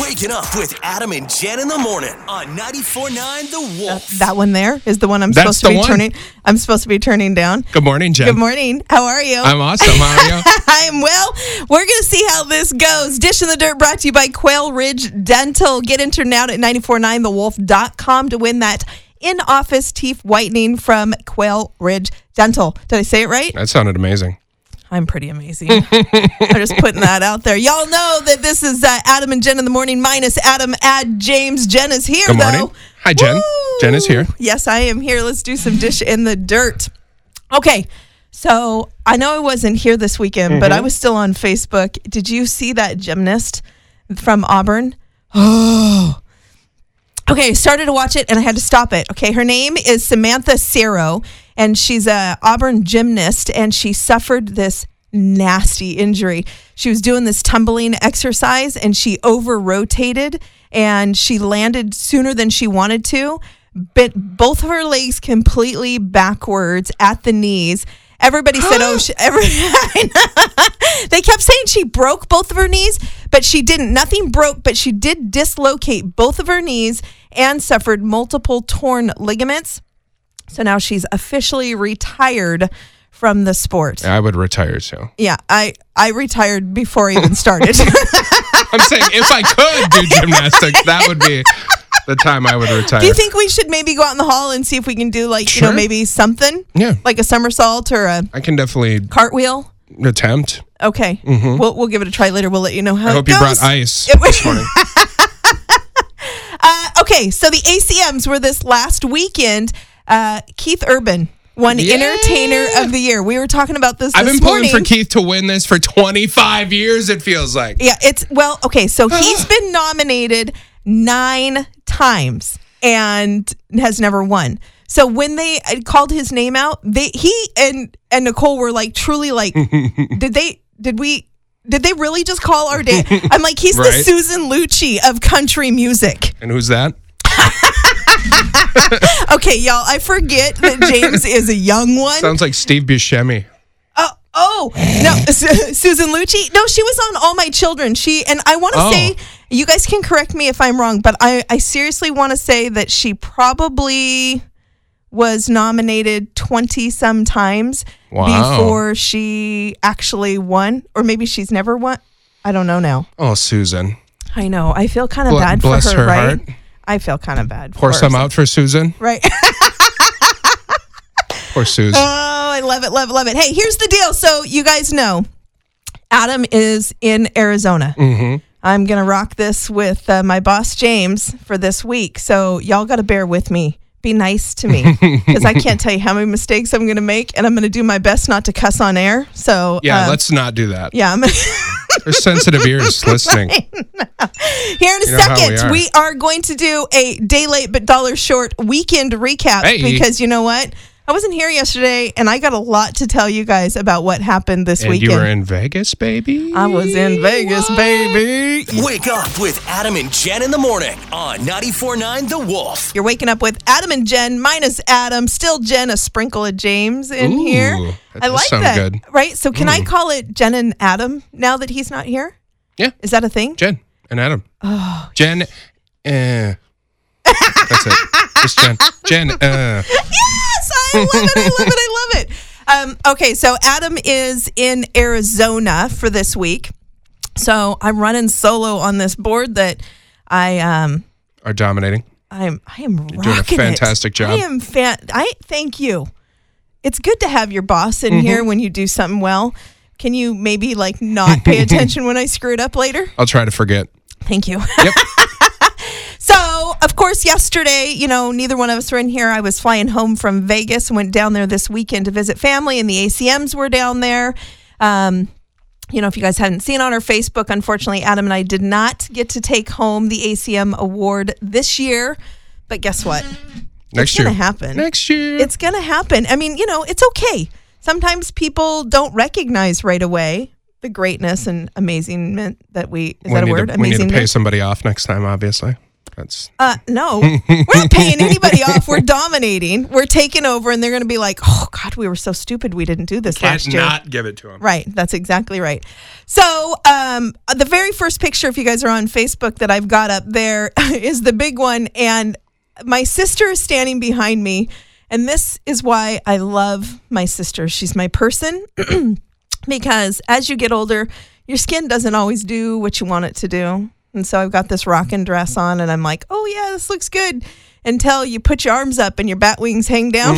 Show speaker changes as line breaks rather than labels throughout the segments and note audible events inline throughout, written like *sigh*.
Waking up with Adam and Jen in the morning on 94.9 The Wolf.
Uh, That one there is the one I'm
That's
supposed to
the
be
one.
turning. I'm supposed to be turning down.
Good morning, Jen.
Good morning. How are you?
I'm awesome. How are you?
*laughs* I'm well. We're gonna see how this goes. Dish in the Dirt brought to you by Quail Ridge Dental. Get entered now at 949thewolf.com to win that in-office teeth whitening from Quail Ridge Dental. Did I say it right?
That sounded amazing.
I'm pretty
*laughs*
amazing. I'm just putting that out there. Y'all know that this is uh, Adam and Jen in the morning minus Adam add James. Jen is here
Good morning.
though.
Hi, Jen. Jen is here.
Yes, I am here. Let's do some dish in the dirt. Okay. So I know I wasn't here this weekend, but
Mm-hmm.
I was still on Facebook. Did you see that gymnast from Auburn? *gasps* Oh. Okay, started to watch it and I had to stop it. Okay, her name is Samantha Cerro, and she's a Auburn gymnast, and she suffered this nasty injury. She was doing this tumbling exercise and she over rotated and she landed sooner than she wanted to, bit both of her legs completely backwards at the knees. Everybody said, "Oh, she, every, *laughs* they kept saying she broke both of her knees, but she didn't. Nothing broke, but she did dislocate both of her knees and suffered multiple torn ligaments. So now she's officially retired from the sport. Yeah,
I would retire too.
I, I retired before I
*laughs*
even started. *laughs*
I'm saying if I could do gymnastics, that would be the time I would retire.
do you think we should maybe go out in the hall and see if we can do like, you
Sure.
know, maybe something?
Yeah.
Like a somersault or a
I can definitely
cartwheel?
attempt.
Okay. We'll, we'll give it a try later. We'll let you know how
Mm-hmm. I
it
hope
goes.
you brought ice
It was- *laughs*
this morning.
okay, so the ACMs were this last weekend. Uh, Keith Urban won
Yeah.
Entertainer of the Year. We were talking about this.
I've
this
been
morning.
pulling for Keith to win this for 25 years, it feels like.
Yeah, it's well, okay, so he's been nominated nine times and has never won. So when they uh, called his name out, they he and and Nicole were like truly like, did they did we did they really just call our day? I'm like, he's the
Right.
Susan Lucci of country music.
And who's that?
Okay, y'all, I forget that James is a young one.
Sounds like Steve Buscemi.
Oh, oh no, *laughs* Su- Susan Lucci. No, she was on All My Children. She and I want to
Oh.
say you guys can correct me if I'm wrong, but I I seriously want to say that she probably was nominated 20 some times
Wow.
before she actually won or maybe she's never won. I don't know now.
Oh, Susan.
I know. I feel kind of
Ble-
bad for
bless
her,
her
right?
heart.
I feel kind of bad for
Pour some
her.
out for Susan.
Right. *laughs*
Poor Susan.
Oh, I love it, love it, love it. Hey, here's the deal. So you guys know, Adam is in Arizona.
Mm-hmm.
I'm gonna rock this with uh, my boss James for this week. So y'all gotta bear with me. Be nice to
*laughs*
me because I can't tell you how many mistakes I'm gonna make, and I'm gonna do my best not to cuss on air. So
yeah,
uh,
let's not do that.
yeah. I'm-
There's sensitive ears listening.
*laughs* Here in a
You know how we
second, we are.
are.
going to do a day late but dollar short weekend recap
Hey.
because you know what? I wasn't here yesterday and I got a lot to tell you guys about what happened this
And
weekend.
you were in Vegas, baby?
I was in Vegas, baby.
Wake up with Adam and Jen in the morning on 94.9 The Wolf.
You're waking up with Adam and Jen minus Adam, still Jen, a sprinkle of James in
Ooh,
here.
that
I
does
like
sound
that.
good. Mm.
Right? So can I call it Jen and Adam now that he's not here?
Yeah.
Is that a thing?
Jen and Adam. Oh, Jen. Uh, that's it. Just Jen. Jen. Uh,
Yes, I love it. I love
*laughs*
it. I love it. Um, okay, so Adam is in Arizona for this week. So I'm running solo on this board that I um
are dominating.
I'm I am rocking
doing a
it.
fantastic job.
I am fan. I thank you. It's good to have your boss in here
Mm-hmm.
when you do something well. Can you maybe like not
*laughs*
pay attention when I screw it up later?
I'll try to forget.
Thank you.
Yep.
*laughs* So, of course, yesterday, you know, neither one of us were in here. I was flying home from Vegas and went down there this weekend to visit family, and the ACMs were down there. Um, you know, if you guys hadn't seen on our Facebook, unfortunately, Adam and I did not get to take home the ACM award this year. But guess what?
Next
it's
year.
gonna happen.
Next year.
It's gonna happen. I mean, you know, it's okay. Sometimes people don't recognize right away the greatness and amazingment that we is
we
that a
need
word?
To, we need to
Amazingment?
pay somebody off next time, obviously. That's
Uh, no, we're not paying anybody off. We're dominating. We're taking over, and they're going to be like, "Oh God, we were so stupid. We didn't do this last
can't
year."
not give it to him.
Right. That's exactly right. So, um, the very first picture, if you guys are on Facebook, that I've got up there *laughs* is the big one. And my sister is standing behind me. And this is why I love my sister. She's my person *clears throat* because as you get older, your skin doesn't always do what you want it to do. And so I've got this rockin' dress on, and I'm like, oh, yeah, this looks good. Until you put your arms up and your bat wings hang down.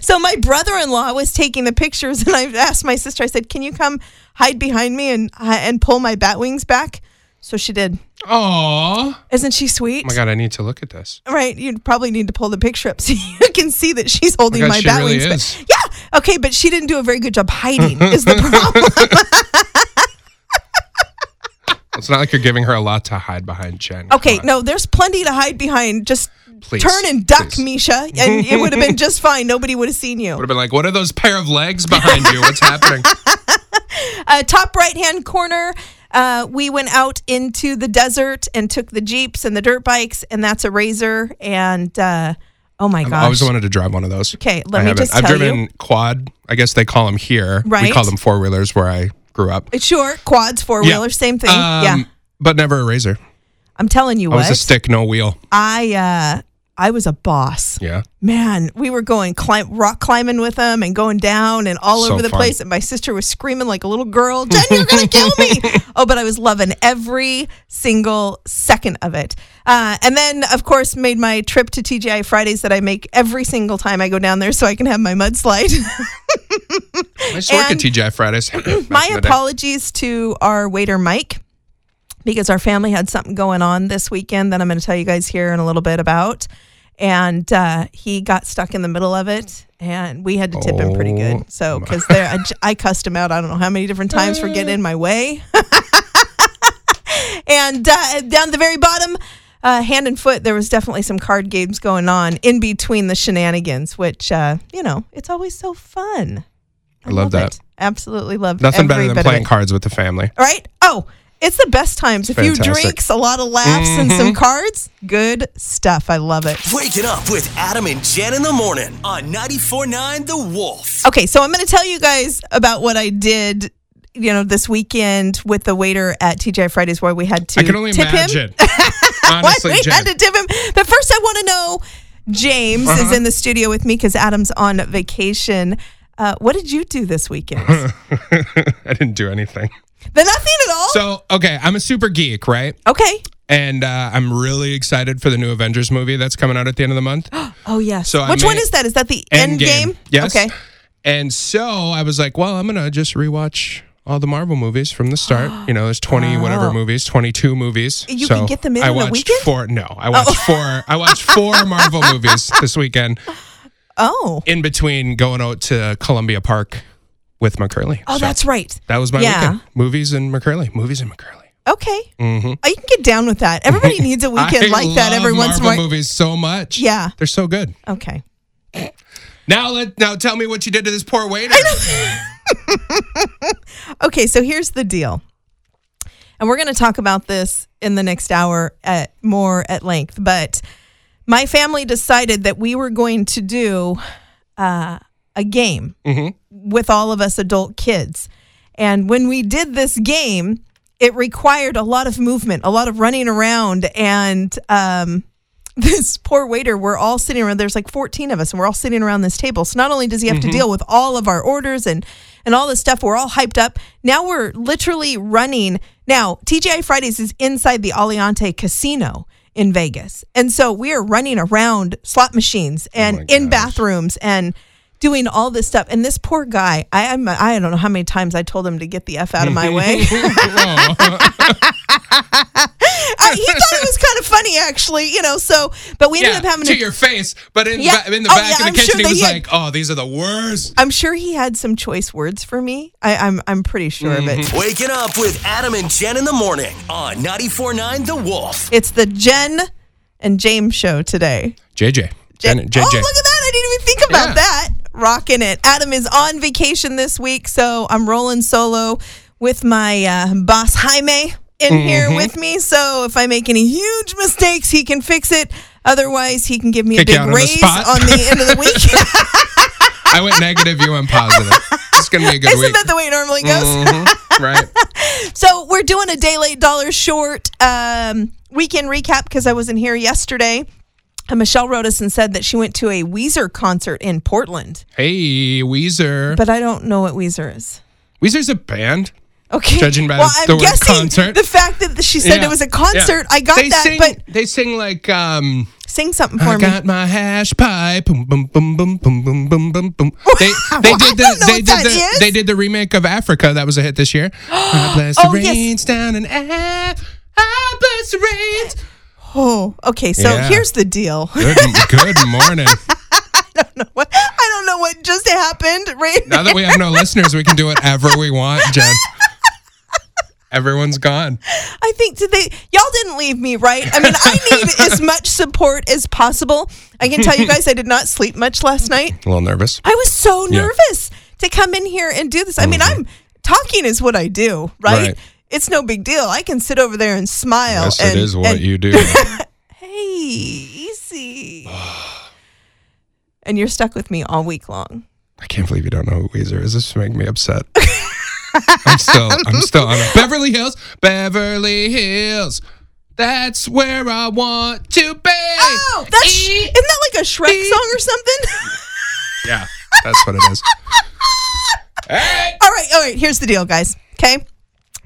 So my brother-in-law was taking the pictures, and I asked my sister. I said, "Can you come hide behind me and uh, and pull my bat wings back?" So she did.
Aw.
Isn't she sweet?
Oh my God, I need to look at this.
Right, you'd probably need to pull the picture up so *laughs* you can see that she's holding
God,
my
she
bat
really
wings. back.
is.
yeah, okay, but she didn't do a very good job
*laughs*
hiding. is the problem?
It's not like you're giving her a lot to hide behind, Jen. Come
Okay,
on.
no, there's plenty to hide behind. Just
Please,
turn and duck,
please.
Misha, and it would have been just fine. Nobody would have seen you.
Would have been like, what are those pair of legs behind you? What's happening?
uh, top right hand corner. Uh, we went out into the desert and took the jeeps and the dirt bikes, and that's a razor. And uh, oh my
Um, I always
gosh,
wanted to drive one of those.
Okay, let
I
me
haven't.
just
I've
tell
driven quad. I guess they call them here. We
Right.
call them four wheelers where I grew up.
Uh, sure, quads, four wheelers, same thing. yeah,
Um, But never a razor.
I'm telling you
I was
what,
a stick, no wheel.
I uh, I was a boss.
Yeah.
Man, we were going climb, rock climbing with them and going down and all
So
over the
fun.
place. And my sister was screaming like a little girl, Jen, you're going to kill
*laughs*
me. Oh, but I was loving every single second of it. Uh, and then, of course, made my trip to TGI Fridays that I make every single time I go down there so I can have my mudslide. *laughs*
I used to work at
And-
TGI Fridays. back in
my
the day.
apologies to our waiter, Mike, because our family had something going on this weekend that I'm going to tell you guys here in a little bit about. And uh, he got stuck in the middle of it, and we had to tip him pretty
Oh,
good. So, because there, I, j- I cussed him out, I don't know how many different times for getting in my way. *laughs* and uh, down the very bottom, uh, hand and foot, there was definitely some card games going on in between the shenanigans, which, uh, you know, it's always so fun.
I love that.
it. Absolutely love
Nothing
every
better than
bit of
playing
it.
cards with the family.
Right? Oh, it's the best times. if you
fantastic. Mm-hmm.
drinks, a lot of laughs, and some cards, good stuff. I love it.
Waking up with Adam and Jen in the morning on 94.9 The Wolf.
Okay, so I'm going to tell you guys about what I did, you know, this weekend with the waiter at TGI Fridays where we had to
I can only
tip him. *laughs*
imagine.
What?
Honestly,
we
Jen.
had to tip him. But first, I want to know James is
Uh-huh.
in the studio with me because Adam's on vacation. Uh, what did you do this
*laughs*
weekend? the
*laughs* I didn't do anything.
nothing at all?
So, okay, I'm a super geek, right?
okay.
And uh, I'm really excited for the new Avengers movie that's coming out at the end of the month.
Oh, yes.
So I
Which one
may-
is that? Is that the end
Endgame.
game?
Yes.
Okay.
And so I was like, well, I'm going to just rewatch all the Marvel movies from
*gasps*
the start. You know, there's 20 whatever movies, 22 movies.
Oh. You
so
can get them in
I
in a
watched
weekend?
four. No, I watched four. I watched four
*laughs*
Marvel movies this weekend
Oh.
in between going out to Columbia Park with McCurley.
Oh,
So
that's right.
that was my
yeah.
weekend. Movies and McCurley. Movies and McCurley.
Okay. I can get down with that.
*laughs*
Everybody needs a weekend
Mm-hmm. I
like that every
love
once in a
Marvel
while.
movies so much.
Yeah.
they're so good.
Okay.
Now let now tell me what you did to this poor waiter.
Okay, so here's the deal. And we're going to talk about this in the next hour at more at length, but my family decided that we were going to do uh, a game
Mm-hmm.
with all of us adult kids. And when we did this game, it required a lot of movement, a lot of running around. And um, *laughs* this poor waiter, we're all sitting around, there's like 14 of us, and we're all sitting around this table. So not only does he have
Mm-hmm.
to deal with all of our orders and, and all this stuff, we're all hyped up. Now we're literally running. Now, TGI Fridays is inside the Aliante Casino in Vegas. And so we are running around slot machines and
Oh my
in
gosh.
bathrooms and doing all this stuff. And this poor guy, I I'm, I don't know how many times I told him to get the f out of my way.
*laughs*
*laughs*
Oh,
I, he thought it was kind of funny, actually. You know, so but we ended
yeah,
up having
to
a
your face, but in,
Yeah.
ba- in the
Oh,
back
yeah,
of the
I'm
kitchen,
sure
he
they
was
had-
like, "Oh, these are the worst."
I'm sure he had some choice words for me. I, I'm I'm pretty sure of
Mm-hmm.
it.
Waking up with Adam and Jen in the morning on 94.9 The Wolf.
It's the Jen and James show today.
JJ,
Jen-
Jen, JJ,
Oh, look at that! I didn't even think about
Yeah.
that. Rocking it. Adam is on vacation this week, so I'm rolling solo with my uh, boss Jaime in here
Mm-hmm.
with me. So if I make any huge mistakes, he can fix it. Otherwise, he can give me
Kick you
a big
out on the
raise
spot.
on the end of the
*laughs*
week.
I went negative, you went positive. It's going to be a
*laughs*
good
Isn't
week.
that the way it normally goes?
Mhm, Right.
So we're doing a day late, dollar short um, weekend recap because I wasn't here yesterday. And Michelle wrote us and said that she went to a Weezer concert in Portland,
Hey, Weezer.
but I don't know what Weezer is.
Weezer's a band.
Okay.
Judging by
well,
the
I'm
word
guessing
concert.
the fact that she said
Yeah,
it was a
yeah.
concert, I got
they
that.
Sing,
but
they sing like um,
sing something for
I
me.
got my hash pipe. Boom, boom, boom, boom, boom, boom, boom, boom,
*laughs*
boom. They, they
I
did the
don't know
they
what
did
that
the
is.
they did the remake of Africa that was a hit
*gasps*
this year. I bless the
Oh, yes.
rains down in Af- I bless the rains.
Oh, okay. So
Yeah.
here's the
*laughs*
deal.
Good, good morning.
What- I don't know what just happened. Right?
Now that we have no listeners, we can do whatever we want, Jen. Everyone's gone.
I think did they y'all didn't leave me right. I mean, I
*laughs*
need as much support as possible. I can tell you guys, I did not sleep much last night.
A little nervous.
I was so
Yeah. Mm-hmm.
nervous to come in here and do this. I mean, I'm talking is what I do, right?
Right.
It's no big deal. I can sit over there and smile.
Yes,
and,
it is what
and- *laughs*
you do.
Hey,
*sighs*
easy. and you're stuck with me all week long.
I can't believe you don't know who Weezer is. This is making me upset. I'm still, I'm still on it. Beverly Hills, Beverly Hills. That's where I want to be.
Oh, that's
E-
isn't that like a Shrek song or something? *laughs*
yeah, that's what it is.
all right, all right. Here's the deal, guys. Okay,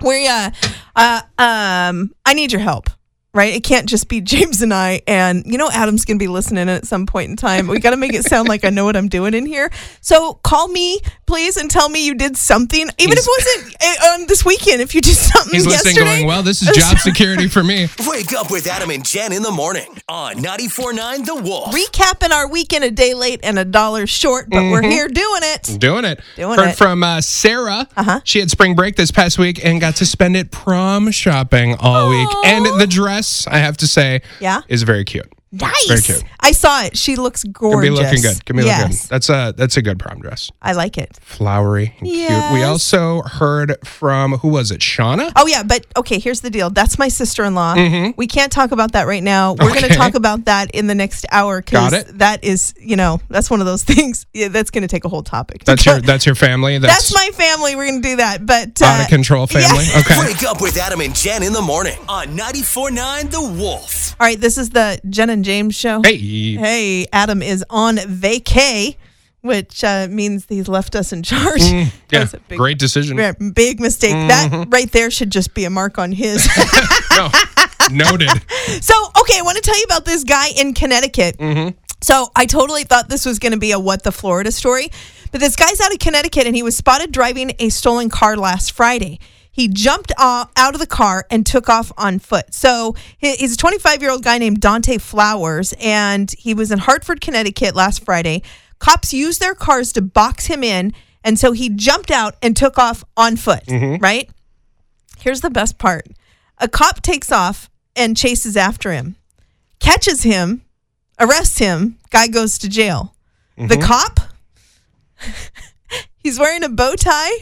we uh, uh, um, I need your help. Right, it can't just be *laughs* James and I, and you know Adam's gonna be listening at some point in time. We gotta make it sound like I know what I'm doing in here. So call me, please, and tell me you did something, even if it wasn't eh, on this weekend. If you did something *laughs*
He's listening,
yesterday,
going,
*laughs*
"Well, this is job security for me."
Wake up with Adam and Jen in the morning on 94.9 The Wolf.
recapping our weekend a day late and a dollar short, but we're
Mm-hmm.
here doing it.
Doing it.
Doing
Heard
it.
from uh, Sarah. Uh-huh. She had spring break this past week and got to spend it prom shopping all week.
Aw.
And the dress, I have to say,
Yeah?
is very cute. Very
Nice.
cute.
I saw it. She looks
Can
gorgeous.
be looking good. Can be looking
yes,
good. That's a that's a good prom dress.
I like it.
flowery and cute. We
Yes.
also heard from who was it? Shauna?
Oh yeah, but okay. Here's the deal. That's my sister-in-law. We can't talk about that right now. We're going
Mm-hmm. Okay.
to talk about that in the next hour
Got it.
that is, you know, that's one of those *laughs* things. Yeah, that's going to take a whole topic.
That's your that's your family.
That's my family. We're going to do that. But uh,
out of control family.
yeah.
Okay.
Wake up with Adam and Jen in the morning on 94.9 The Wolf.
*laughs* All right. This is the Jen and James show.
Hey.
Hey, Adam is on vacay, which uh, means he's left us in charge.
Mm, Yeah.
That's a big,
Great Mm-hmm. decision.
*laughs* yeah, big mistake. That right there should just be a mark on his.
No. Noted.
So, okay, I want to tell you about this guy in Connecticut. So, I totally thought this was going to be a what the Florida story, but this guy's out of Connecticut and he was spotted driving a stolen car last Friday. He jumped uh, out of the car and took off on foot. So, he- he's a 25 year old guy named Dante Flowers, and he was in Hartford, Connecticut last Friday. Cops used their cars to box him in, and so he jumped out and took off on foot, right? Here's the best part a cop takes off and chases after him, catches him, arrests him, guy goes to jail. The cop, *laughs* he's wearing a bow tie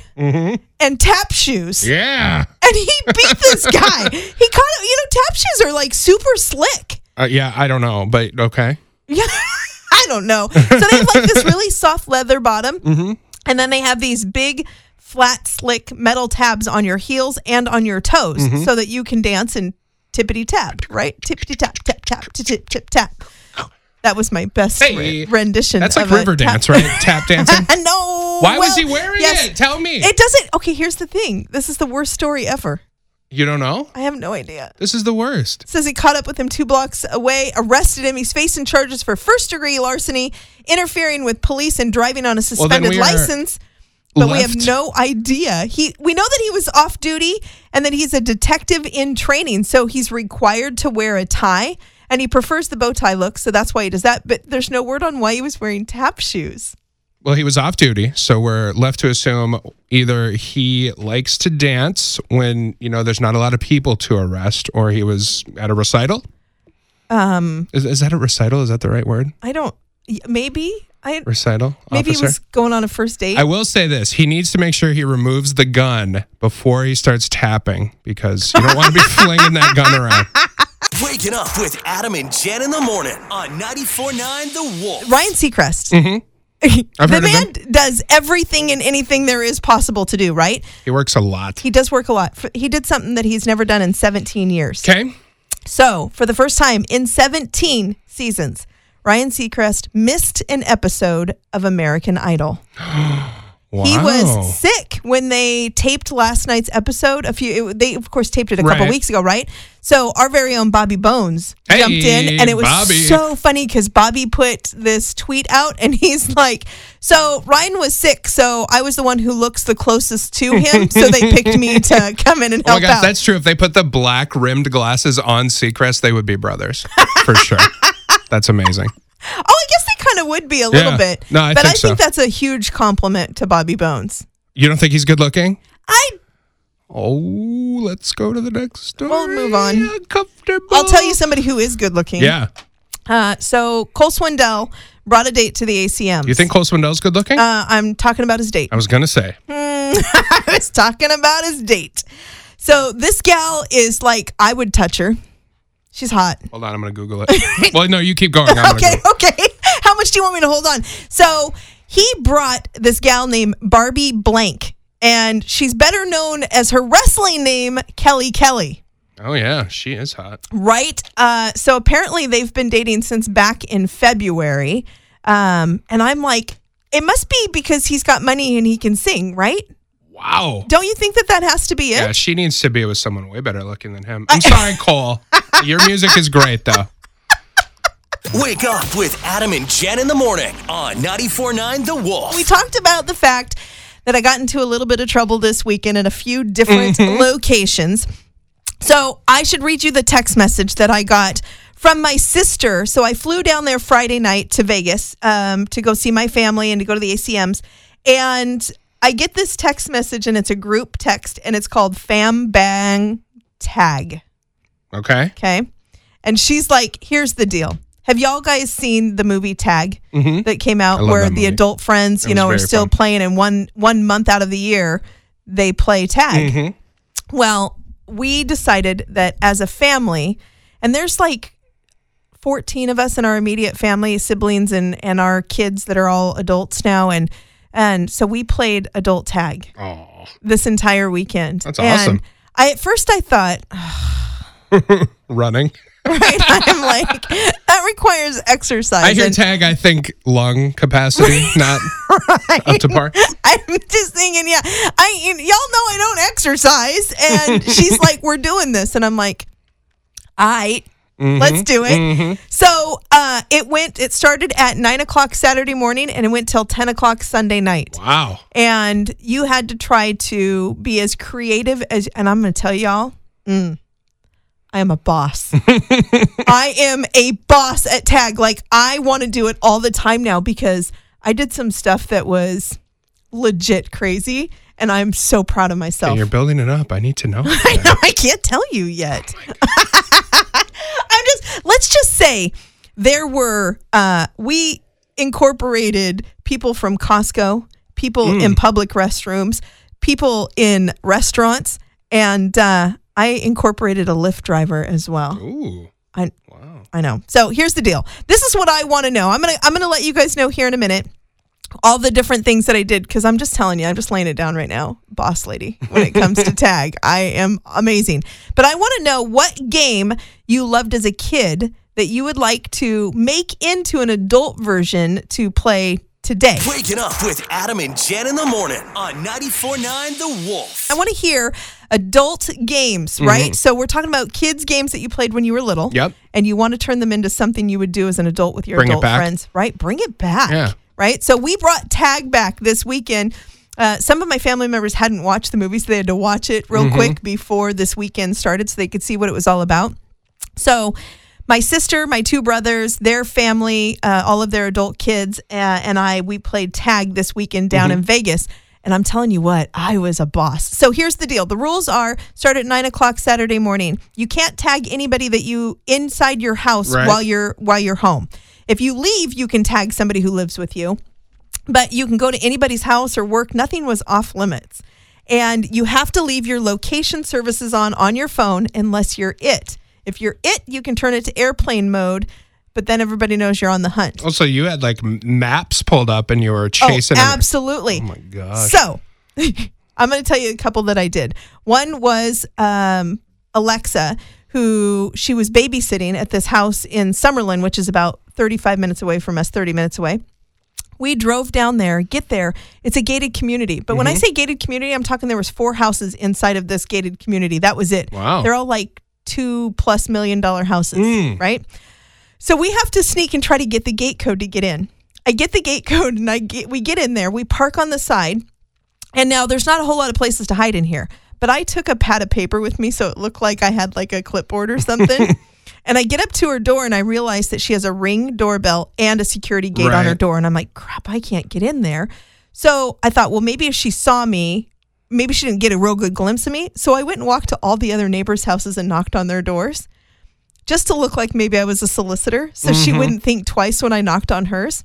and tap shoes.
Yeah.
And he beat this guy. he caught him. You know, tap shoes are like super slick.
Uh, yeah, I don't know, but okay.
Yeah. *laughs* I don't know. So they have like this
*laughs*
really soft leather bottom.
Mm-hmm.
And then they have these big, flat, slick metal tabs on your heels and on your toes
Mm-hmm.
so that you can dance and tippity tap, right? Tippity tap, tap, tap, tip, tip, tip, tap. That was my best
Hey,
re- rendition.
That's like
of a
river
tap- *laughs*
dance, right? Tap dancing.
I know.
Why was he wearing it? Tell me.
It doesn't. Okay, here's the thing. This is the worst story ever.
You don't know?
I have no idea
This is the worst.
says he caught up with him two blocks away, arrested him. He's facing charges for first degree larceny, interfering with police, and driving on a
Well, then
suspended
we are
license. But we have
left.
no idea. He we know that he was off duty and that he's a detective in training, so he's required to wear a tie. And he prefers the bow tie look, so that's why he does that. But there's no word on why he was wearing tap shoes.
Well, he was off duty, so we're left to assume either he likes to dance when, you know, there's not a lot of people to arrest or he was at a recital. Um, is, is that a recital? Is that the right word?
I don't. y- Maybe I I
recital
maybe he
officer?
was going on a first date.
I will say this: he needs to make sure he removes the gun before he starts tapping because you don't want
*laughs*
to be flinging that gun around.
Waking up with Adam and Jen in the morning on 94.9 The Wolf.
Ryan Seacrest.
Mm-hmm.
*laughs*
I've
the
heard of
man
him.
does everything and anything there is possible to do. Right?
He works a lot.
He does work a lot. F- He did something that he's never done in 17 years.
Okay,
So, for the first time in 17 seasons, Ryan Seacrest missed an episode of American Idol.
wow.
He was sick when they taped last night's episode. A few, it, they of course taped it a couple
Right.
weeks ago, right? So our very own Bobby Bones
Hey,
jumped in, and it was
Bobby.
so funny because Bobby put this tweet out, and *laughs* he's like, "So Ryan was sick, so I was the one who looks the closest to
*laughs*
him, so they picked me to come in and
Oh my
help
gosh,
out."
that's true. If they put the black rimmed glasses on Seacrest, they would be brothers
*laughs*
for sure. That's amazing.
oh, I guess they kind of would be a little
Yeah.
bit,
No, I
but
think
I think
so.
that's a huge compliment to Bobby Bones.
You don't think he's good looking?
I
Oh, let's go to the next story.
We'll move on.
Uncomfortable.
I'll tell you somebody who is good looking.
Yeah,
Uh, so Cole Swindell brought a date to the ACM.
you think Cole Swindell's good looking?
Uh, I'm talking about his date.
I was
*laughs*
gonna say.
I *laughs* was talking about his date. So this gal is like, I would touch her. She's hot.
Hold on, I'm gonna Google
*laughs*
it. well, no, you keep going. I'm gonna
Okay,
Google
*laughs*
it.
okay. How much do you want me to hold on? So he brought this gal named Barbie Blank, and she's better known as her wrestling name, Kelly Kelly.
Oh yeah, she is hot.
Right. Uh, so apparently they've been dating since back in February. Um, and I'm like, it must be because he's got money and he can sing, right?
Wow.
Don't you think that that has to be it?
Yeah, she needs to be with someone way better looking than him. I'm sorry,
*laughs*
Cole. Your music is great though.
Wake up with Adam and Jen in the morning on 94.9 The Wolf.
We talked about the fact that I got into a little bit of trouble this weekend in a few different locations. So I should read you the text message that I got from my sister. So I flew down there Friday night to Vegas um, to go see my family and to go to the ACMs. And I get this text message, and it's a group text, and it's called Fam Bang Tag.
Okay.
Okay. And she's like, here's the deal. Have y'all guys seen the movie Tag that came out
Mm-hmm. love
where
that
the
movie.
adult friends, you
was
know, are
very
still
fun.
playing and one one month out of the year they play tag.
Mm-hmm.
Well, we decided that as a family, and there's like 14 of us in our immediate family, siblings and and our kids that are all adults now and and so we played adult tag
Oh.
this entire weekend.
That's
And
awesome.
I at first I thought,
Running.
right? *laughs* I'm like, that requires exercise.
I hear
and
tag, I think lung
*laughs*
capacity, not up to par.
I'm just thinking, yeah, I y'all know I don't exercise,
*laughs*
and she's like, we're doing this, and I'm like, I.
Mm-hmm.
Let's do it. So uh, it went. It started at nine o'clock Saturday morning, and it went till ten o'clock Sunday night.
Wow.
And you had to try to be as creative as. And I'm going to tell y'all, mm, I am a boss. *laughs* I am a boss at tag. Like I want to do it all the time now because I did some stuff that was legit crazy, and I'm so proud of myself.
You're building it up. I need to know.
*laughs* I know I can't tell you yet. *laughs* I'm just let's just say there were uh we incorporated people from Costco, people in public restrooms, people in restaurants, and uh I incorporated a Lyft driver as well.
Ooh.
I
Wow.
I know. So here's the deal. This is what I want to know. I'm gonna I'm gonna let you guys know here in a minute all the different things that I did because I'm just telling you, I'm just laying it down right now, boss lady. When it comes to tag, I am amazing. But I want to know what game you loved as a kid that you would like to make into an adult version to play today.
Waking up with Adam and Jen in the morning on 94.9 The Wolf.
I want to hear adult games, right? So we're talking about kids games that you played when you were little.
Mm-hmm. Yep.
And you want to turn them into something you would do as an adult with your
Bring it
adult
back.
friends, right? Bring it back.
Yeah.
Right? So we brought tag back this weekend. Uh, some of my family members hadn't watched the movie, so they had to watch it
Mm-hmm.
real quick before this weekend started so they could see what it was all about. So, my sister, my two brothers, their family, uh, all of their adult kids, uh, and I, we played tag this weekend down in Vegas. And I'm telling you what, I was a boss. So here's the deal. The rules are start at nine o'clock Saturday morning. You can't tag anybody that you inside your house
Right.
while you're while you're home. If you leave, you can tag somebody who lives with you, but you can go to anybody's house or work. Nothing was off limits. And you have to leave your location services on on your phone unless you're it. If you're it, you can turn it to airplane mode, but then everybody knows you're on the hunt.
Also, you had like m- maps pulled up and you were chasing.
Oh,
them.
absolutely.
Oh my gosh.
So *laughs* I'm going to tell you a couple that I did. One was um, Alexa, who she was babysitting at this house in Summerlin, which is about 35 minutes away from us, 30 minutes away. We drove down there, get there. It's a gated community. But when
Mm-hmm.
I say gated community, I'm talking there was four houses inside of this gated community. That was it.
Wow. Mm.
They're all like two plus million dollar houses, right? So we have to sneak and try to get the gate code to get in. I get the gate code and I get we get in there. We park on the side. And now there's not a whole lot of places to hide in here. But I took a pad of paper with me so it looked like I had like a clipboard or something. and I get up to her door and I realize that she has a ring doorbell and a security gate on her
Right.
door. And I'm like, crap, I can't get in there. So I thought, well, maybe if she saw me, maybe she didn't get a real good glimpse of me. So I went and walked to all the other neighbors' houses and knocked on their doors just to look like maybe I was a solicitor. So she
Mm-hmm.
wouldn't think twice when I knocked on hers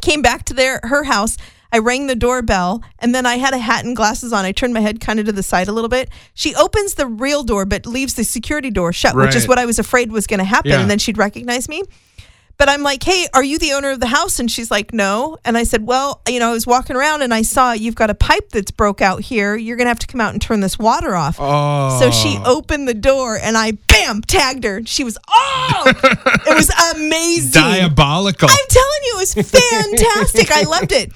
came back to their her house. I rang the doorbell and then I had a hat and glasses on. I turned my head kind of to the side a little bit. She opens the real door but leaves the security door shut, which is
Right.
what I was afraid was going to happen
Yeah.
and then she'd recognize me. But I'm like, "Hey, are you the owner of the house?" and she's like, "No." And I said, "Well, you know, I was walking around and I saw you've got a pipe that's broke out here. You're going to have to come out and turn this water off."
Oh.
So she opened the door and I bam tagged her. She was
*laughs*
oh, it was amazing.
diabolical.
I'm *laughs* telling you, it was fantastic. I loved it.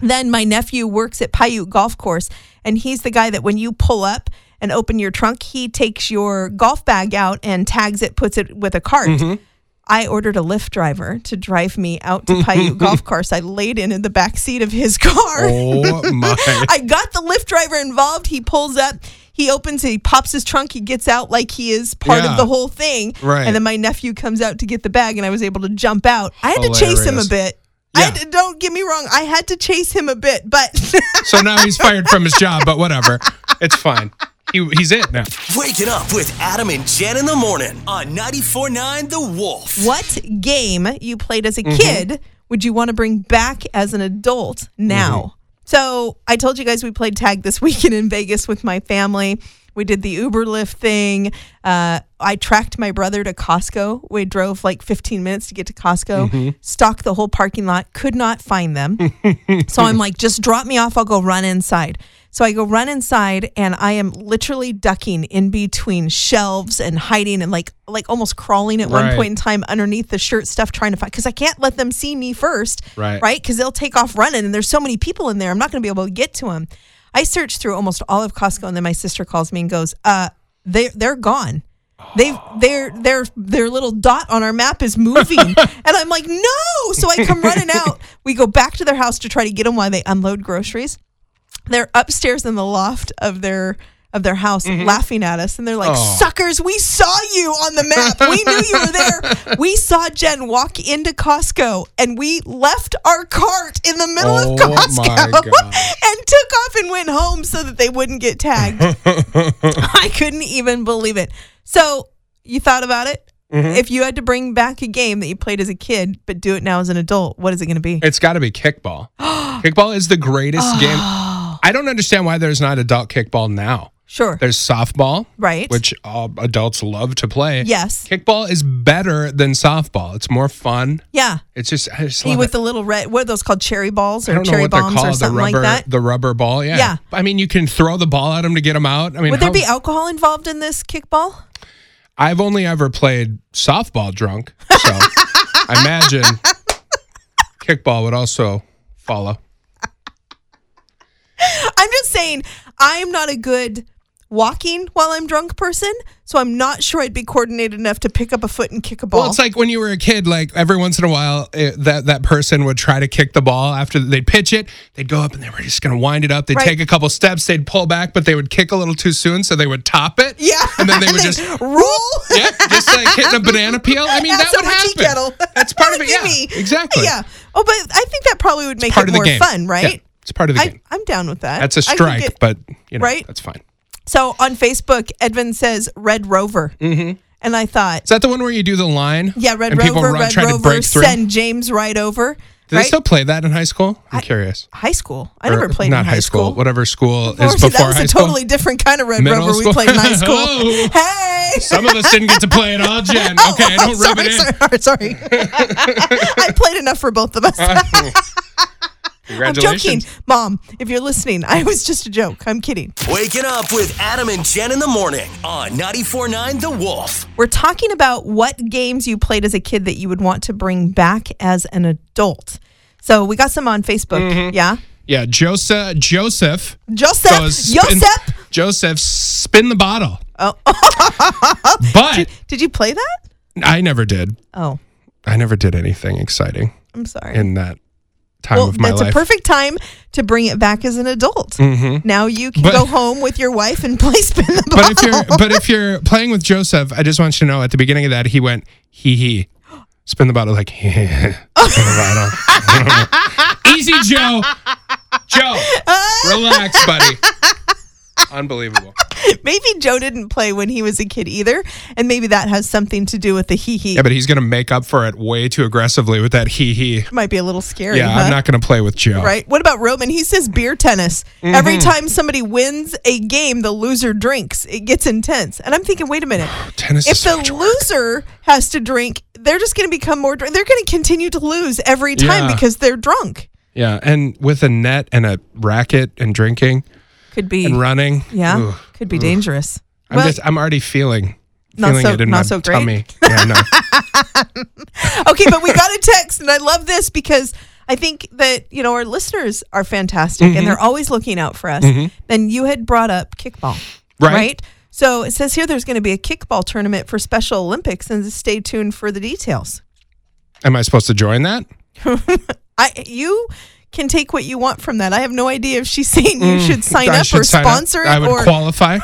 Then my nephew works at Paiute Golf Course, and he's the guy that when you pull up and open your trunk, he takes your golf bag out and tags it, puts it with a cart.
Mm-hmm.
I ordered a Lyft driver to drive me out to Paiute
*laughs*
Golf Course. I laid in in the back seat of his car.
oh *laughs* my.
I got the Lyft driver involved. He pulls up, he opens, he pops his trunk, he gets out like he is part
Yeah.
of the whole thing.
Right.
And then my nephew comes out to get the bag, and I was able to jump out. I had to chase him a
Hilarious.
bit. I had
Yeah.
to, don't get me wrong. I had to chase him a bit, but *laughs*
So now he's fired from his job, but whatever. It's fine. He, he's it now.
Waking up with Adam and Jen in the morning on 94.9 The Wolf.
what game you played as a kid would you want to bring back as an adult now? So I told you guys we played tag this *laughs* weekend in Vegas with my family. We did the Uber Lyft thing. Uh, I tracked my brother to Costco. We drove like 15 minutes to get to Costco, stalked the whole parking lot, could not find them. So I'm like, just drop me off. I'll go run inside. So I go run inside, and I am literally ducking in between shelves and hiding and like like almost crawling at one
Right.
point in time underneath the shirt stuff, trying to find because I can't let them see me first,
Right.
Right? Because they'll take off running, and there's so many people in there. I'm not going to be able to get to them. I searched through almost all of Costco, and then my sister calls me and goes, "Uh, they they're gone." They've their their their little dot on our map is moving, and I'm like, no. So I come running out. We go back to their house to try to get them while they unload groceries. They're upstairs in the loft of their of their house,
Mm-hmm.
laughing at us, and they're like,
Aw.
"Suckers, we saw you on the map. We knew you were
*laughs*
there. We saw Jen walk into Costco, and we left our cart in the middle
Oh
of
my
Costco *laughs*
gosh.
and took off and went home so that they wouldn't get
*laughs*
tagged." I couldn't even believe it. So you thought about it.
Mm-hmm.
If you had to bring back a game that you played as a kid, but do it now as an adult, what is it going to be?
It's got to
*gasps*
be kickball. kickball is the greatest game.
Oh.
I don't understand why there's not adult kickball now.
Sure.
There's softball,
Right.
Which all adults love to play.
Yes.
Kickball is better than softball. It's more fun.
Yeah.
It's just I just
He
love
with
it.
the little red. What are those called? Cherry balls
I
or
don't know
cherry
what they're
bombs or
called. The
something
rubber,
like that?
the rubber ball. Yeah.
Yeah.
I mean, you can throw the ball at them to get them out. I mean,
Would there
how-
be alcohol involved in this kickball? *laughs*
I've only ever played softball drunk, so
*laughs*
I imagine kickball would also follow.
I'm just saying, I'm not a good walking while I'm drunk person, so I'm not sure I'd be coordinated enough to pick up a foot and kick a ball.
Well, it's like when you were a kid. Like every once in a while, it, that that person would try to kick the ball after they'd pitch it. They'd go up and they were just going to wind it up. They'd
Right.
take a couple steps. They'd pull back, but they would kick a little too soon, so they would top it.
yeah. *laughs*
and then they would just *laughs*
roll.
yeah, just like hitting a banana peel. I mean,
*laughs* That's
that would
a
happen.
tea kettle.
That's part of it.
Give
Yeah,
me.
exactly.
Yeah. Oh, but I think that probably would make
part
it
of the
more
game.
fun, right?
Yeah, it's part of the
I,
game.
I'm down with that.
That's a
I think
strike,
it-
but you know,
Right?
that's fine.
so on Facebook, Edvin says Red Rover. Mm-hmm. And I thought,
Is that the one where you do the line?
yeah, Red
and people
Rover,
run-
Red
try to
Rover,
break through?
send James right over.
Do
right?
they still play that in high school? I'm curious.
high school. I
Or
never played
not
in high school.
Whatever school
Of
is
course, *laughs*
before
that was
high
a
school.
totally different kind of Red
Middle
Rover we
school?
played in high
*laughs* Oh.
school. hey.
*laughs* Some of us didn't get to play it all, Jen.
*laughs* Oh,
Okay,
oh,
don't rub
sorry,
it in.
sorry,
*laughs*
sorry. I played enough for both of us. *laughs* I'm joking.
Congratulations.
Mom, if you're listening, I was just a joke. I'm kidding.
Waking up with Adam and Jen in the morning on 94.9 The Wolf.
We're talking about what games you played as a kid that you would want to bring back as an adult. So we got some on Facebook.
Mm-hmm.
Yeah.
Yeah, Joseph. Joseph.
Joseph,
goes, spin-
Joseph.
Joseph, spin the bottle. Oh.
*laughs*
but
Did you play that?
I never did.
Oh,
I never did anything exciting
I'm sorry.
in that time
well,
of my
that's
life. Mm-hmm.
a perfect time to bring it back as an adult. Now you can
But-
go home with your wife and *laughs* play spin the bottle.
but if you're but if you're playing with Joseph, I just want you to know at the beginning of that he went he he spin the bottle like spin the bottle. *laughs* Easy Joe. Joe. Relax, buddy. Unbelievable.
maybe Joe didn't play when he was a kid either, and maybe that has something to do with the hee hee.
Yeah, but he's gonna make up for it way too aggressively with that he he.
Might be a little scary.
Yeah,
huh?
I'm not gonna play with Joe.
Right? What about Roman? He says beer tennis.
Mm-hmm.
Every time somebody wins a game, the loser drinks. It gets intense. And I'm thinking, wait a minute.
Tennis
If
is so
the
much work.
loser has to drink, they're just going to become more drunk. They're going to continue to lose every time
Yeah.
because they're drunk.
Yeah, and with a net and a racket and drinking
Could be.
and running.
yeah.
Ooh.
Could be dangerous.
I'm
Well-
just *laughs* I'm already feeling
Not
feeling
so-
it in
not
my
so great.
tummy. Yeah, no.
Okay, but we got a text, and I love this because I think that you know our listeners are fantastic,
Mm-hmm.
and they're always looking out for us. And you had brought up kickball,
Right.
So it says here there's going to be a kickball tournament for Special Olympics, and stay tuned for the details.
Am I supposed to join that?
I you can take what you want from that. I have no idea if she's saying you should sign
Mm. I
up
should
or
sign
sponsor
I
it
would
or *laughs*
qualify.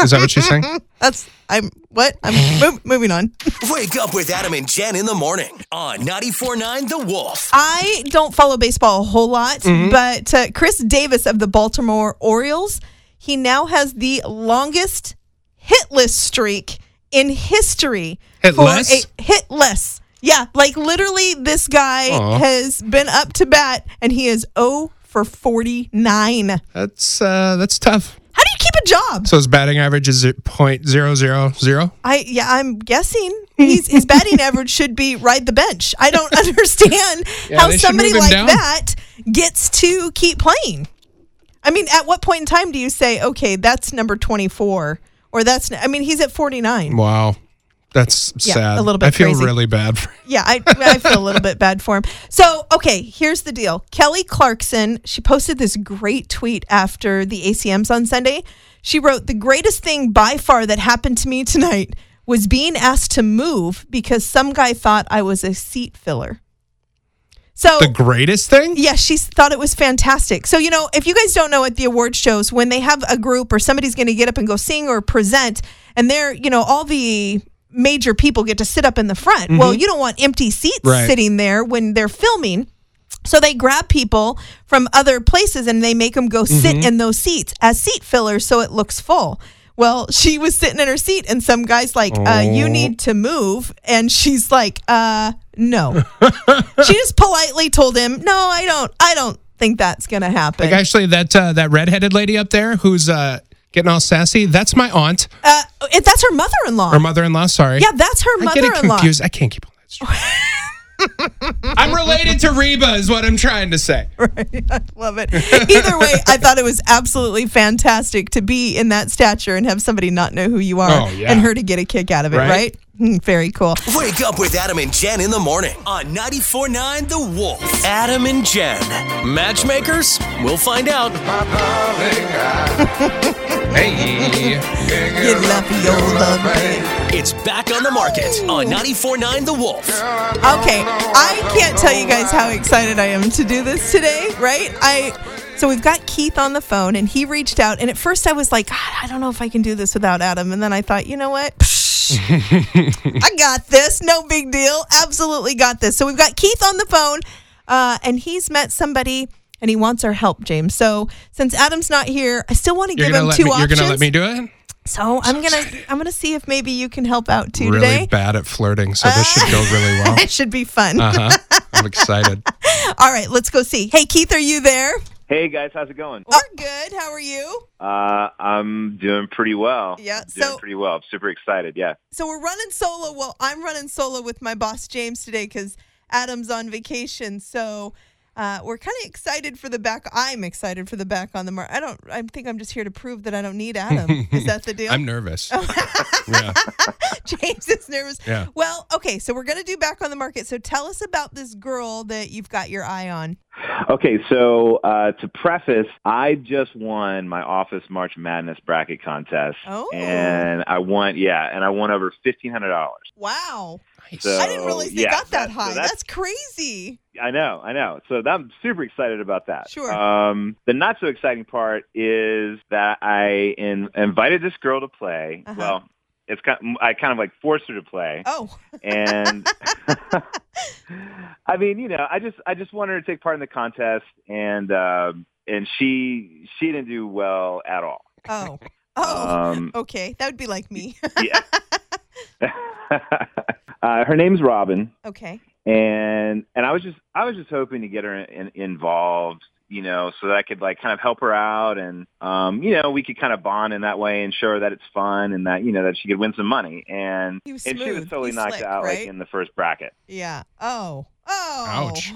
Is that what she's saying?
that's I'm what I'm mov- moving on.
Wake up with Adam and Jen in the morning on 94.9 The Wolf.
I don't follow baseball a whole lot,
Mm-hmm.
but uh, Chris Davis of the Baltimore Orioles, he now has the longest hitless streak in history. for
Hitless?
a- hitless. Yeah, like literally, this guy
Aw.
has been up to bat and he is 0 for 49. How do
That's uh, that's tough.
you keep a job?
So his batting average is point zero zero zero.
I yeah, I'm guessing he's, his
*laughs*
batting average should be ride the bench. I don't understand
Yeah,
how
they should
somebody
move him
like
down.
that gets to keep playing. I mean, at what point in time do you say, okay, that's number 24, or that's? I mean, he's at 49.
Wow, that's
Yeah,
sad.
a little bit
I feel
crazy.
really bad. For,
Yeah, I, I feel a little bit bad for him. So, okay, here's the deal. Kelly Clarkson, she posted this great tweet after the ACMs on Sunday. She wrote, The greatest thing by far that happened to me tonight was being asked to move because some guy thought I was a seat filler. So,
the greatest thing.
yeah, she s- thought it was fantastic. So, you know, if you guys don't know at the award shows, when they have a group or somebody's going to get up and go sing or present, and they're, you know, all the major people get to sit up in the front. Well, you don't want empty seats
Right.
sitting there when they're filming. So they grab people from other places and they make them go sit in those seats as seat fillers so it looks full. Well, *laughs* she was sitting in her seat and some guy's like, uh, you need to move. And she's like, uh, no. she just politely told him, no, I don't, I don't think that's going to happen.
Actually, that uh, that redheaded lady up there who's uh, getting all sassy. That's my aunt
uh, it- that's her mother-in-law.
or mother-in-law. Sorry.
Uh, yeah, that's her
I get it
mother-in-law.
confused. I can't keep on that. Story. I'm related to Reba, is what I'm trying to say.
*laughs* Love it. Either way, I thought it was absolutely fantastic to be in that stature and have somebody not know who you are
Oh, yeah.
and her to get a kick out of it,
Right?
right? Hmm, Very cool.
Wake up with Adam and Jen in the morning on 94.9 The Wolf. Adam and Jen. Matchmakers? We'll find out.
Hey.
Get lucky, your love, babe.
It's back on the market on 94.9 The Wolf.
Okay, I can't tell you guys how excited I am to do this today, right? I so we've got Keith on the phone and he reached out and at first I was like, God, I don't know if I can do this without Adam and then I thought, you know what?
*laughs*
Psh, I got this. No big deal. Absolutely got this. So we've got Keith on the phone uh, and he's met somebody and he wants our help, James. So since Adam's not here, I still want to
You're
give
gonna
him
let
two
me. You're
options.
gonna let me do it.
So I'm gonna I'm gonna see if maybe you can help out too
Really
today.
bad at flirting, so this should go really
*laughs*
well.
It should be fun.
Uh huh. I'm excited.
All right, let's go see. Hey Keith, are you there? Oh.
Hey guys, how's it going?
We're good. How are you?
Uh, I'm doing pretty well.
Yeah,
doing
so-
pretty well. I'm super excited. Yeah,
So we're running solo. Well, I'm running solo with my boss James today because Adam's on vacation. So uh, we're kind of excited for the back. I'm excited for the back on the mark. I don't. I think I'm just here to prove that I don't need Adam. Is that *laughs* the deal?
I'm nervous. yeah.
James is nervous.
Yeah.
Well, okay. So we're gonna do back on the market. So tell us about this girl that you've got your eye on.
Okay, so uh, to preface, I just won my office March Madness bracket contest,
Oh.
and I won. Yeah, and I won over fifteen hundred dollars.
Wow.
So
I didn't realize they
yeah,
got that,
so
high.
that's-
that's crazy.
I know, I know. So that, I'm super excited about that.
Sure.
Um, the not so exciting part is that I in, invited this girl to play.
Uh-huh.
Well, it's kind. I kind of like forced her to play.
Oh. *laughs*
and *laughs* I mean, you know, I just I just wanted her to take part in the contest, and um, and she she didn't do well at all.
Oh. Oh.
Um, *laughs*
okay. That would be like
*laughs*
me.
yeah. uh, her name's Robin,
okay.
and and I was just I was just hoping to get her in, involved, you know, so that I could like kind of help her out, and um, you know, we could kind of bond in that way and show her that it's fun and that you know that she could win some money, and
He was
and she was
smooth.
totally
He
knocked
slick,
out
right?
like in the first bracket.
Yeah. Oh. Oh. *laughs*
Ouch.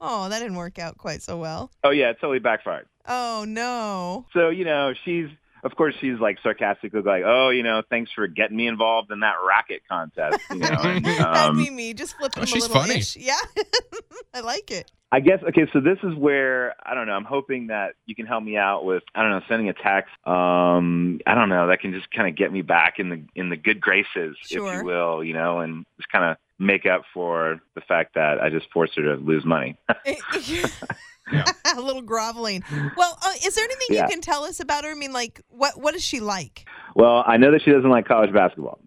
oh, that didn't work out quite so well.
Oh yeah, it totally backfired.
Oh no. *laughs*
So, you know, she's, of course, she's like sarcastically like, oh, you know, thanks for getting me involved in that racket contest. You know, and,
That'd
um,
be me. Just flipping
Oh,
them
she's
a little
funny.
ish. Yeah. *laughs* I like
*laughs*
it. *laughs*
I guess, okay, so this is where, I don't know, I'm hoping that you can help me out with, I don't know, sending a text. Um, I don't know, that can just kind of get me back in the, in the good graces, if
Sure.
you will, you know, and just kind of make up for the fact that I just forced her to lose money.
a little groveling. Well, uh, is there anything
Yeah.
you can tell us about her? I mean, like, what what is she
*laughs*
like?
well, I know that she doesn't like college basketball.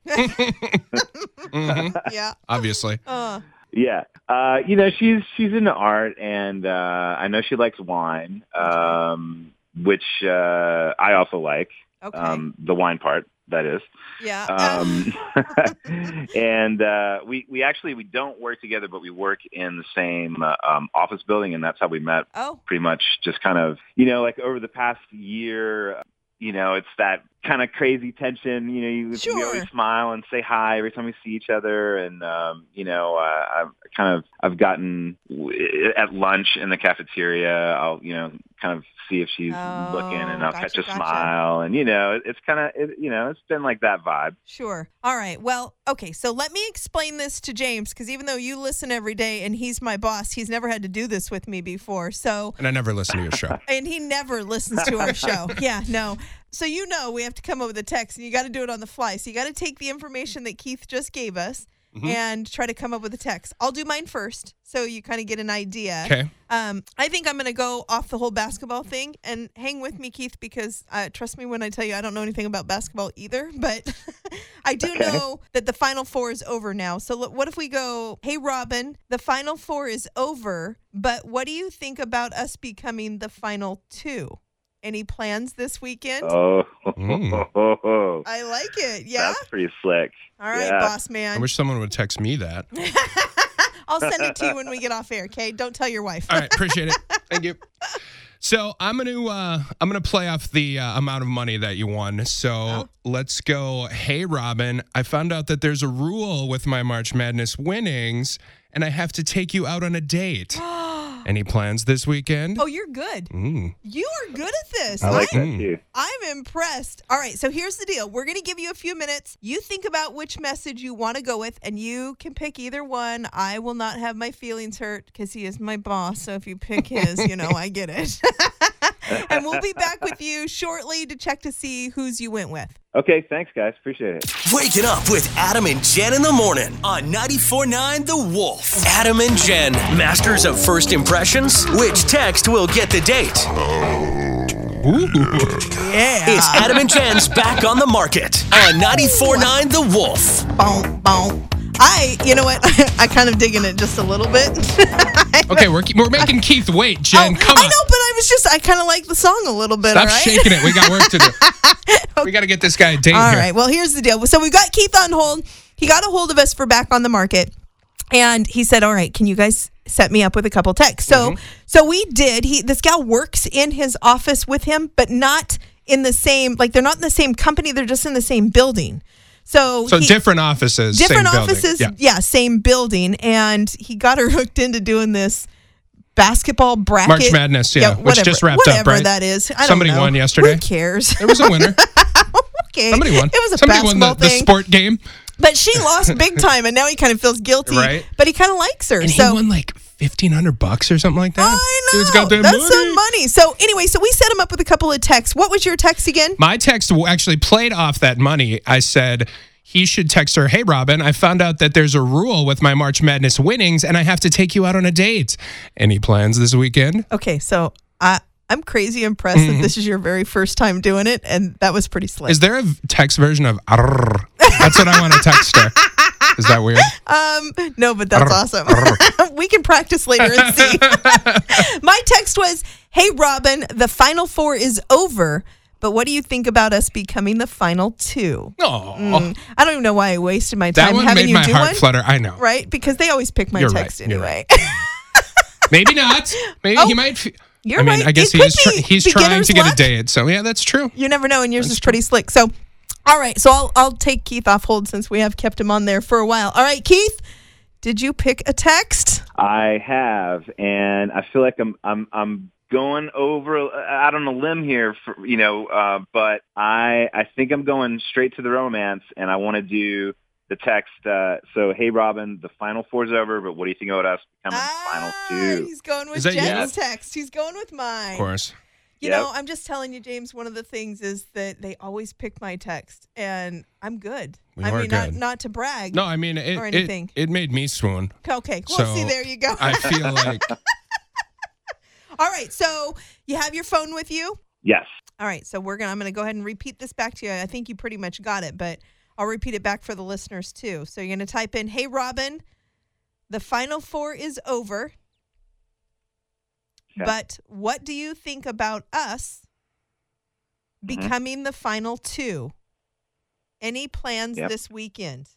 hmm
Yeah.
Obviously.
Uh,
Yeah. Uh, you know, she's she's into art and uh I know she likes wine. Um which uh I also like.
okay.
Um the wine part, that is.
yeah.
Um *laughs* and uh we we actually we don't work together but we work in the same uh, um office building and that's how we met
*laughs* oh.
pretty much just kind of you know like over the past year you know it's that kind of crazy tension you know you, we
Sure.
always smile and say hi every time we see each other and um you know uh, i've kind of i've gotten at lunch in the cafeteria i'll you know kind of see if she's
Oh,
looking and i'll
gotcha,
catch a
gotcha.
smile and you know it's kind of it, you know it's been like that vibe
Sure. All right. Well, okay. So let me explain this to James because even though you listen every day and he's my boss, he's never had to do this with me before. So,
And I never listen to your show.
and he never listens to our show. Yeah, no. So, you know, we have to come up with a text and you got to do it on the fly. So, you got to take the information that Keith just gave us and try to come up with a text. I'll do mine first so you kind of get an idea.
Okay.
Um, I think I'm going to go off the whole basketball thing and hang with me, Keith, because uh, trust me when I tell you I don't know anything about basketball either. *laughs* But I do know that the Final Four is over now. So look, what if we go, hey, Robin, the Final Four is over, but what do you think about us becoming the Final Two? Any plans this weekend?
oh *laughs*
Mm.
I like it. Yeah.
that's pretty slick
All right,
yeah.
boss
I
man.
wish someone would text me that. All
*laughs* I'll send it to you when
*laughs*
we get off air, okay? Don't tell your wife.
right. Appreciate it. Thank you. So I'm gonna uh, I'm gonna play off the uh, amount of money that you won. So
Oh.
let's go. Hey Robin, I found out that there's a rule with my March Madness winnings, and I have to take you out on
*gasps*
a date. Any plans this
*laughs*
weekend?
Oh, you're good.
Mm.
You are good at this.
i like
I'm-
that too
I'm impressed. All right, so here's the deal. We're going to give you a few minutes. You think about which message you want to go with, and you can pick either one. I will not have my feelings hurt because he is my boss. So if you pick his, you know, I get it. *laughs* and we'll be back with you shortly to check to see whose you went with.
okay thanks guys appreciate it
Waking up with Adam and Jen in the morning on 94.9 The Wolf. Adam and Jen, masters of first impressions. Which text will get the date?
Ooh.
Yeah.
It's Adam and Jen's Back on the Market on 94.9 The Wolf.
Boom, boom. I, you know what? *laughs* I kind of digging it just a little bit. *laughs*
Okay, we're, we're making Keith wait, Jen.
Oh,
Come
I
on.
know, but I was just, I kind of like the song a little bit.
Stop
all right?
shaking it. We got work to do.
*laughs*
We got to get this guy a *laughs* date
All
here.
right. Well, here's the deal. So we got Keith on hold. He got a hold of us for back on the market, and he said, "All right, can you guys set me up with a couple texts?" So,
Mm-hmm.
so we did. He this gal works in his office with him, but not in the same like they're not in the same company. They're just in the same building. So,
So
he-
different offices,
different
same building.
offices,
Yeah.
yeah. same building, and he got her *laughs* hooked into doing this basketball bracket
Madness, yeah, which just wrapped up,
whatever
right?
that is. I don't
Somebody
know.
won yesterday.
Who cares? *laughs*
There was a winner.
okay,
Somebody won.
It was a
Somebody won
basketball
the, the
thing.
sport game.
But she lost
*laughs*
big time, and now he kind of feels guilty.
Right.
But he kind of likes her.
And
so
he won like fifteen hundred bucks or something like that.
I know
Dude's got that
that's
money.
some money. So anyway, so we set him up with a couple of texts. What was your text again?
My text w- actually played off that money. I said he should text her, "Hey Robin, I found out that there's a rule with my March Madness winnings, and I have to take you out on a date. Any plans this weekend?
Okay, so I I'm crazy impressed that this is your very first time doing it, and that was pretty slick.
Mm-hmm. Is there a v- text version of "Arrrr"? That's what I want to text her. Is that weird?
Um, no, but that's awesome. *laughs* we can practice later and
*laughs*
see. My text was, "Hey Robin, the final four is over, but what do you think about us becoming the final two?
No,
I don't even know why I wasted my
that
time
one
Mm. having
made
you
my
do
heart
one,
flutter. I know.
right? Because they always pick my
You're right,
text
you're
anyway. *laughs*
Maybe not. Maybe he might. F-
Oh, you're
I mean,
right.
I guess
It
he is
could
try-
be
he's trying
beginner's
to get
luck.
a date. So yeah, that's true.
you never know, and yours is pretty slick. So, all right, so I'll I'll take Keith off hold since we have kept him on there for a while. All right, Keith, did you pick a text?
I have, and I feel like I'm I'm I'm going over uh, out on a limb here, for, you know. Uh, but I I think I'm going straight to the romance, and I want to do the text. Uh, so hey, Robin, the final four's over, but what do you think about us becoming the final
Ah,
two?
He's going with
Is that
Jen's
yes?
text. He's going with mine.
Of course.
You
Yep.
know, I'm just telling you, James. One of the things is that they always pick my text, and I'm good.
We
I
are
mean, not
good.
not to brag.
No, I mean it.
Or
It,
anything.
it made me swoon.
Okay. Cool.
So,
See, there you go. *laughs*
I feel *laughs* like
All right. So you have your phone with you.
Yes.
All right, so we're gonna I'm gonna go ahead and repeat this back to you. I think you pretty much got it, but I'll repeat it back for the listeners too. So you're gonna type in, "Hey Robin, the final four is over,
Okay.
but what do you think about us becoming the final two? Any plans
Yep.
this weekend?"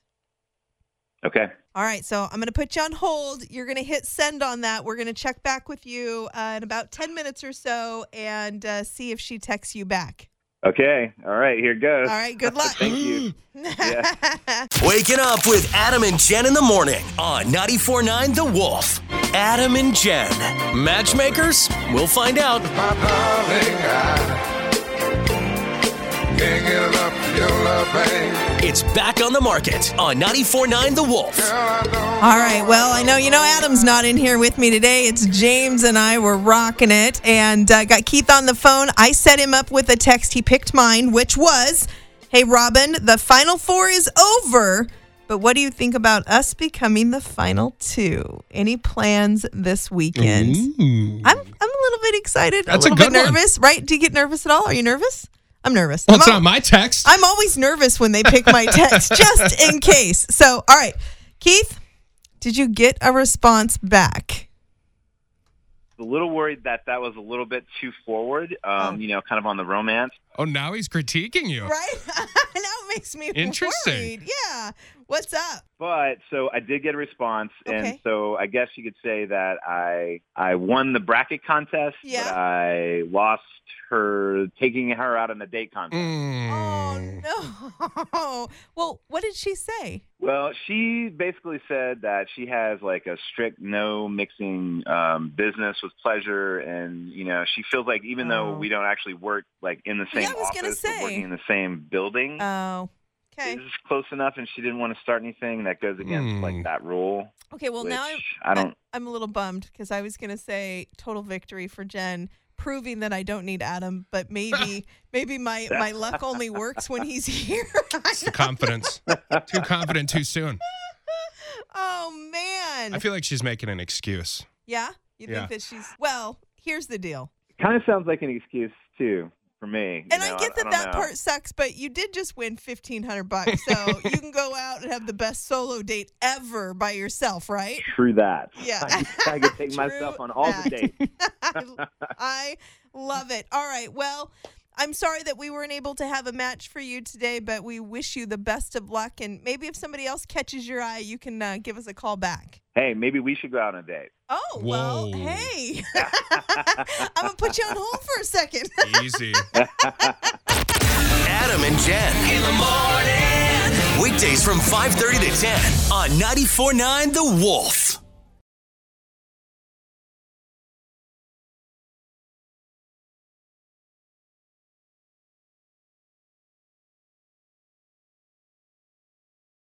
Okay.
All right, so I'm going to put you on hold. You're going to hit send on that. We're going to check back with you uh, in about 10 minutes or so and uh, see if she texts you back.
Okay. All right. Here goes.
All right, good luck.
Thank you.
Waking up with Adam and Jen in the morning on 949 The Wolf. Adam and Jen. Matchmakers? We'll find out. It's back on the market on 949 The Wolf.
All right, well, I know you know Adam's not in here with me today. It's James and I were rocking it and uh, got Keith on the phone. I set him up with a text. He picked mine, which was, "Hey Robin, the final four is over, but what do you think about us becoming the final two? Any plans this weekend?"
Ooh.
I'm I'm a little bit excited,
Mm-hmm. That's
a
a
little
good
bit
one.
nervous, right? Do you get nervous at all? Are you nervous? I'm nervous.
Well, it's
I'm al-
not my text.
I'm always nervous when they pick my
*laughs*
text, just in case. So, all right, Keith, did you get a response back?
A little worried that that was a little bit too forward.
Oh.
Um, You know, kind of on the romance.
oh, now he's critiquing you.
Right? *laughs* now it makes me
Interesting.
worried. Yeah. What's up?
But so I did get a response, and
Okay.
so I guess you could say that I I won the bracket contest,
Yeah.
but I lost her taking her out on a date contest.
Mm.
Oh no. *laughs* Well, what did she say?
Well, she basically said that she has like a strict no mixing um, business with pleasure, and you know she feels like even
Oh.
though we don't actually work like in the
Yeah,
same
I was gonna
office, we're
say.
working in the same building.
Oh.
It
Okay.
was close enough, and she didn't want to start anything that goes against
Hmm.
like that rule.
Okay, well
which
now I,
I don't.
I, am a little bummed because I was gonna say total victory for Jen, proving that I don't need Adam, but
*laughs*
maybe maybe my, my luck only works when he's *laughs* here.
It's the confidence. too confident too soon.
oh man.
I feel like she's making
*laughs*
an excuse.
Yeah? You
Yeah.
think that she's well, here's the deal.
Kind of sounds like an excuse too for for me. you
And
know,
I get that
don't
that
know.
part sucks, but you did just win fifteen hundred bucks,
*laughs*
so you can go out and have the best solo date ever by yourself, right? *laughs*
True that.
Yeah.
I, I could take
True
myself on all the
that.
dates.
I, I love it. All right, well, I'm sorry that we weren't able to have a match for you today, but we wish you the best of luck, and maybe if somebody else catches your eye, you can uh, give us a call back.
Hey, maybe we should go out on a date.
Oh well,
Whoa.
*laughs*
hey, *laughs* I'm gonna put you on hold for a second.
Easy.
Adam and Jen. In the morning. Weekdays from 5.30 to 10 on 94.9 The Wolf.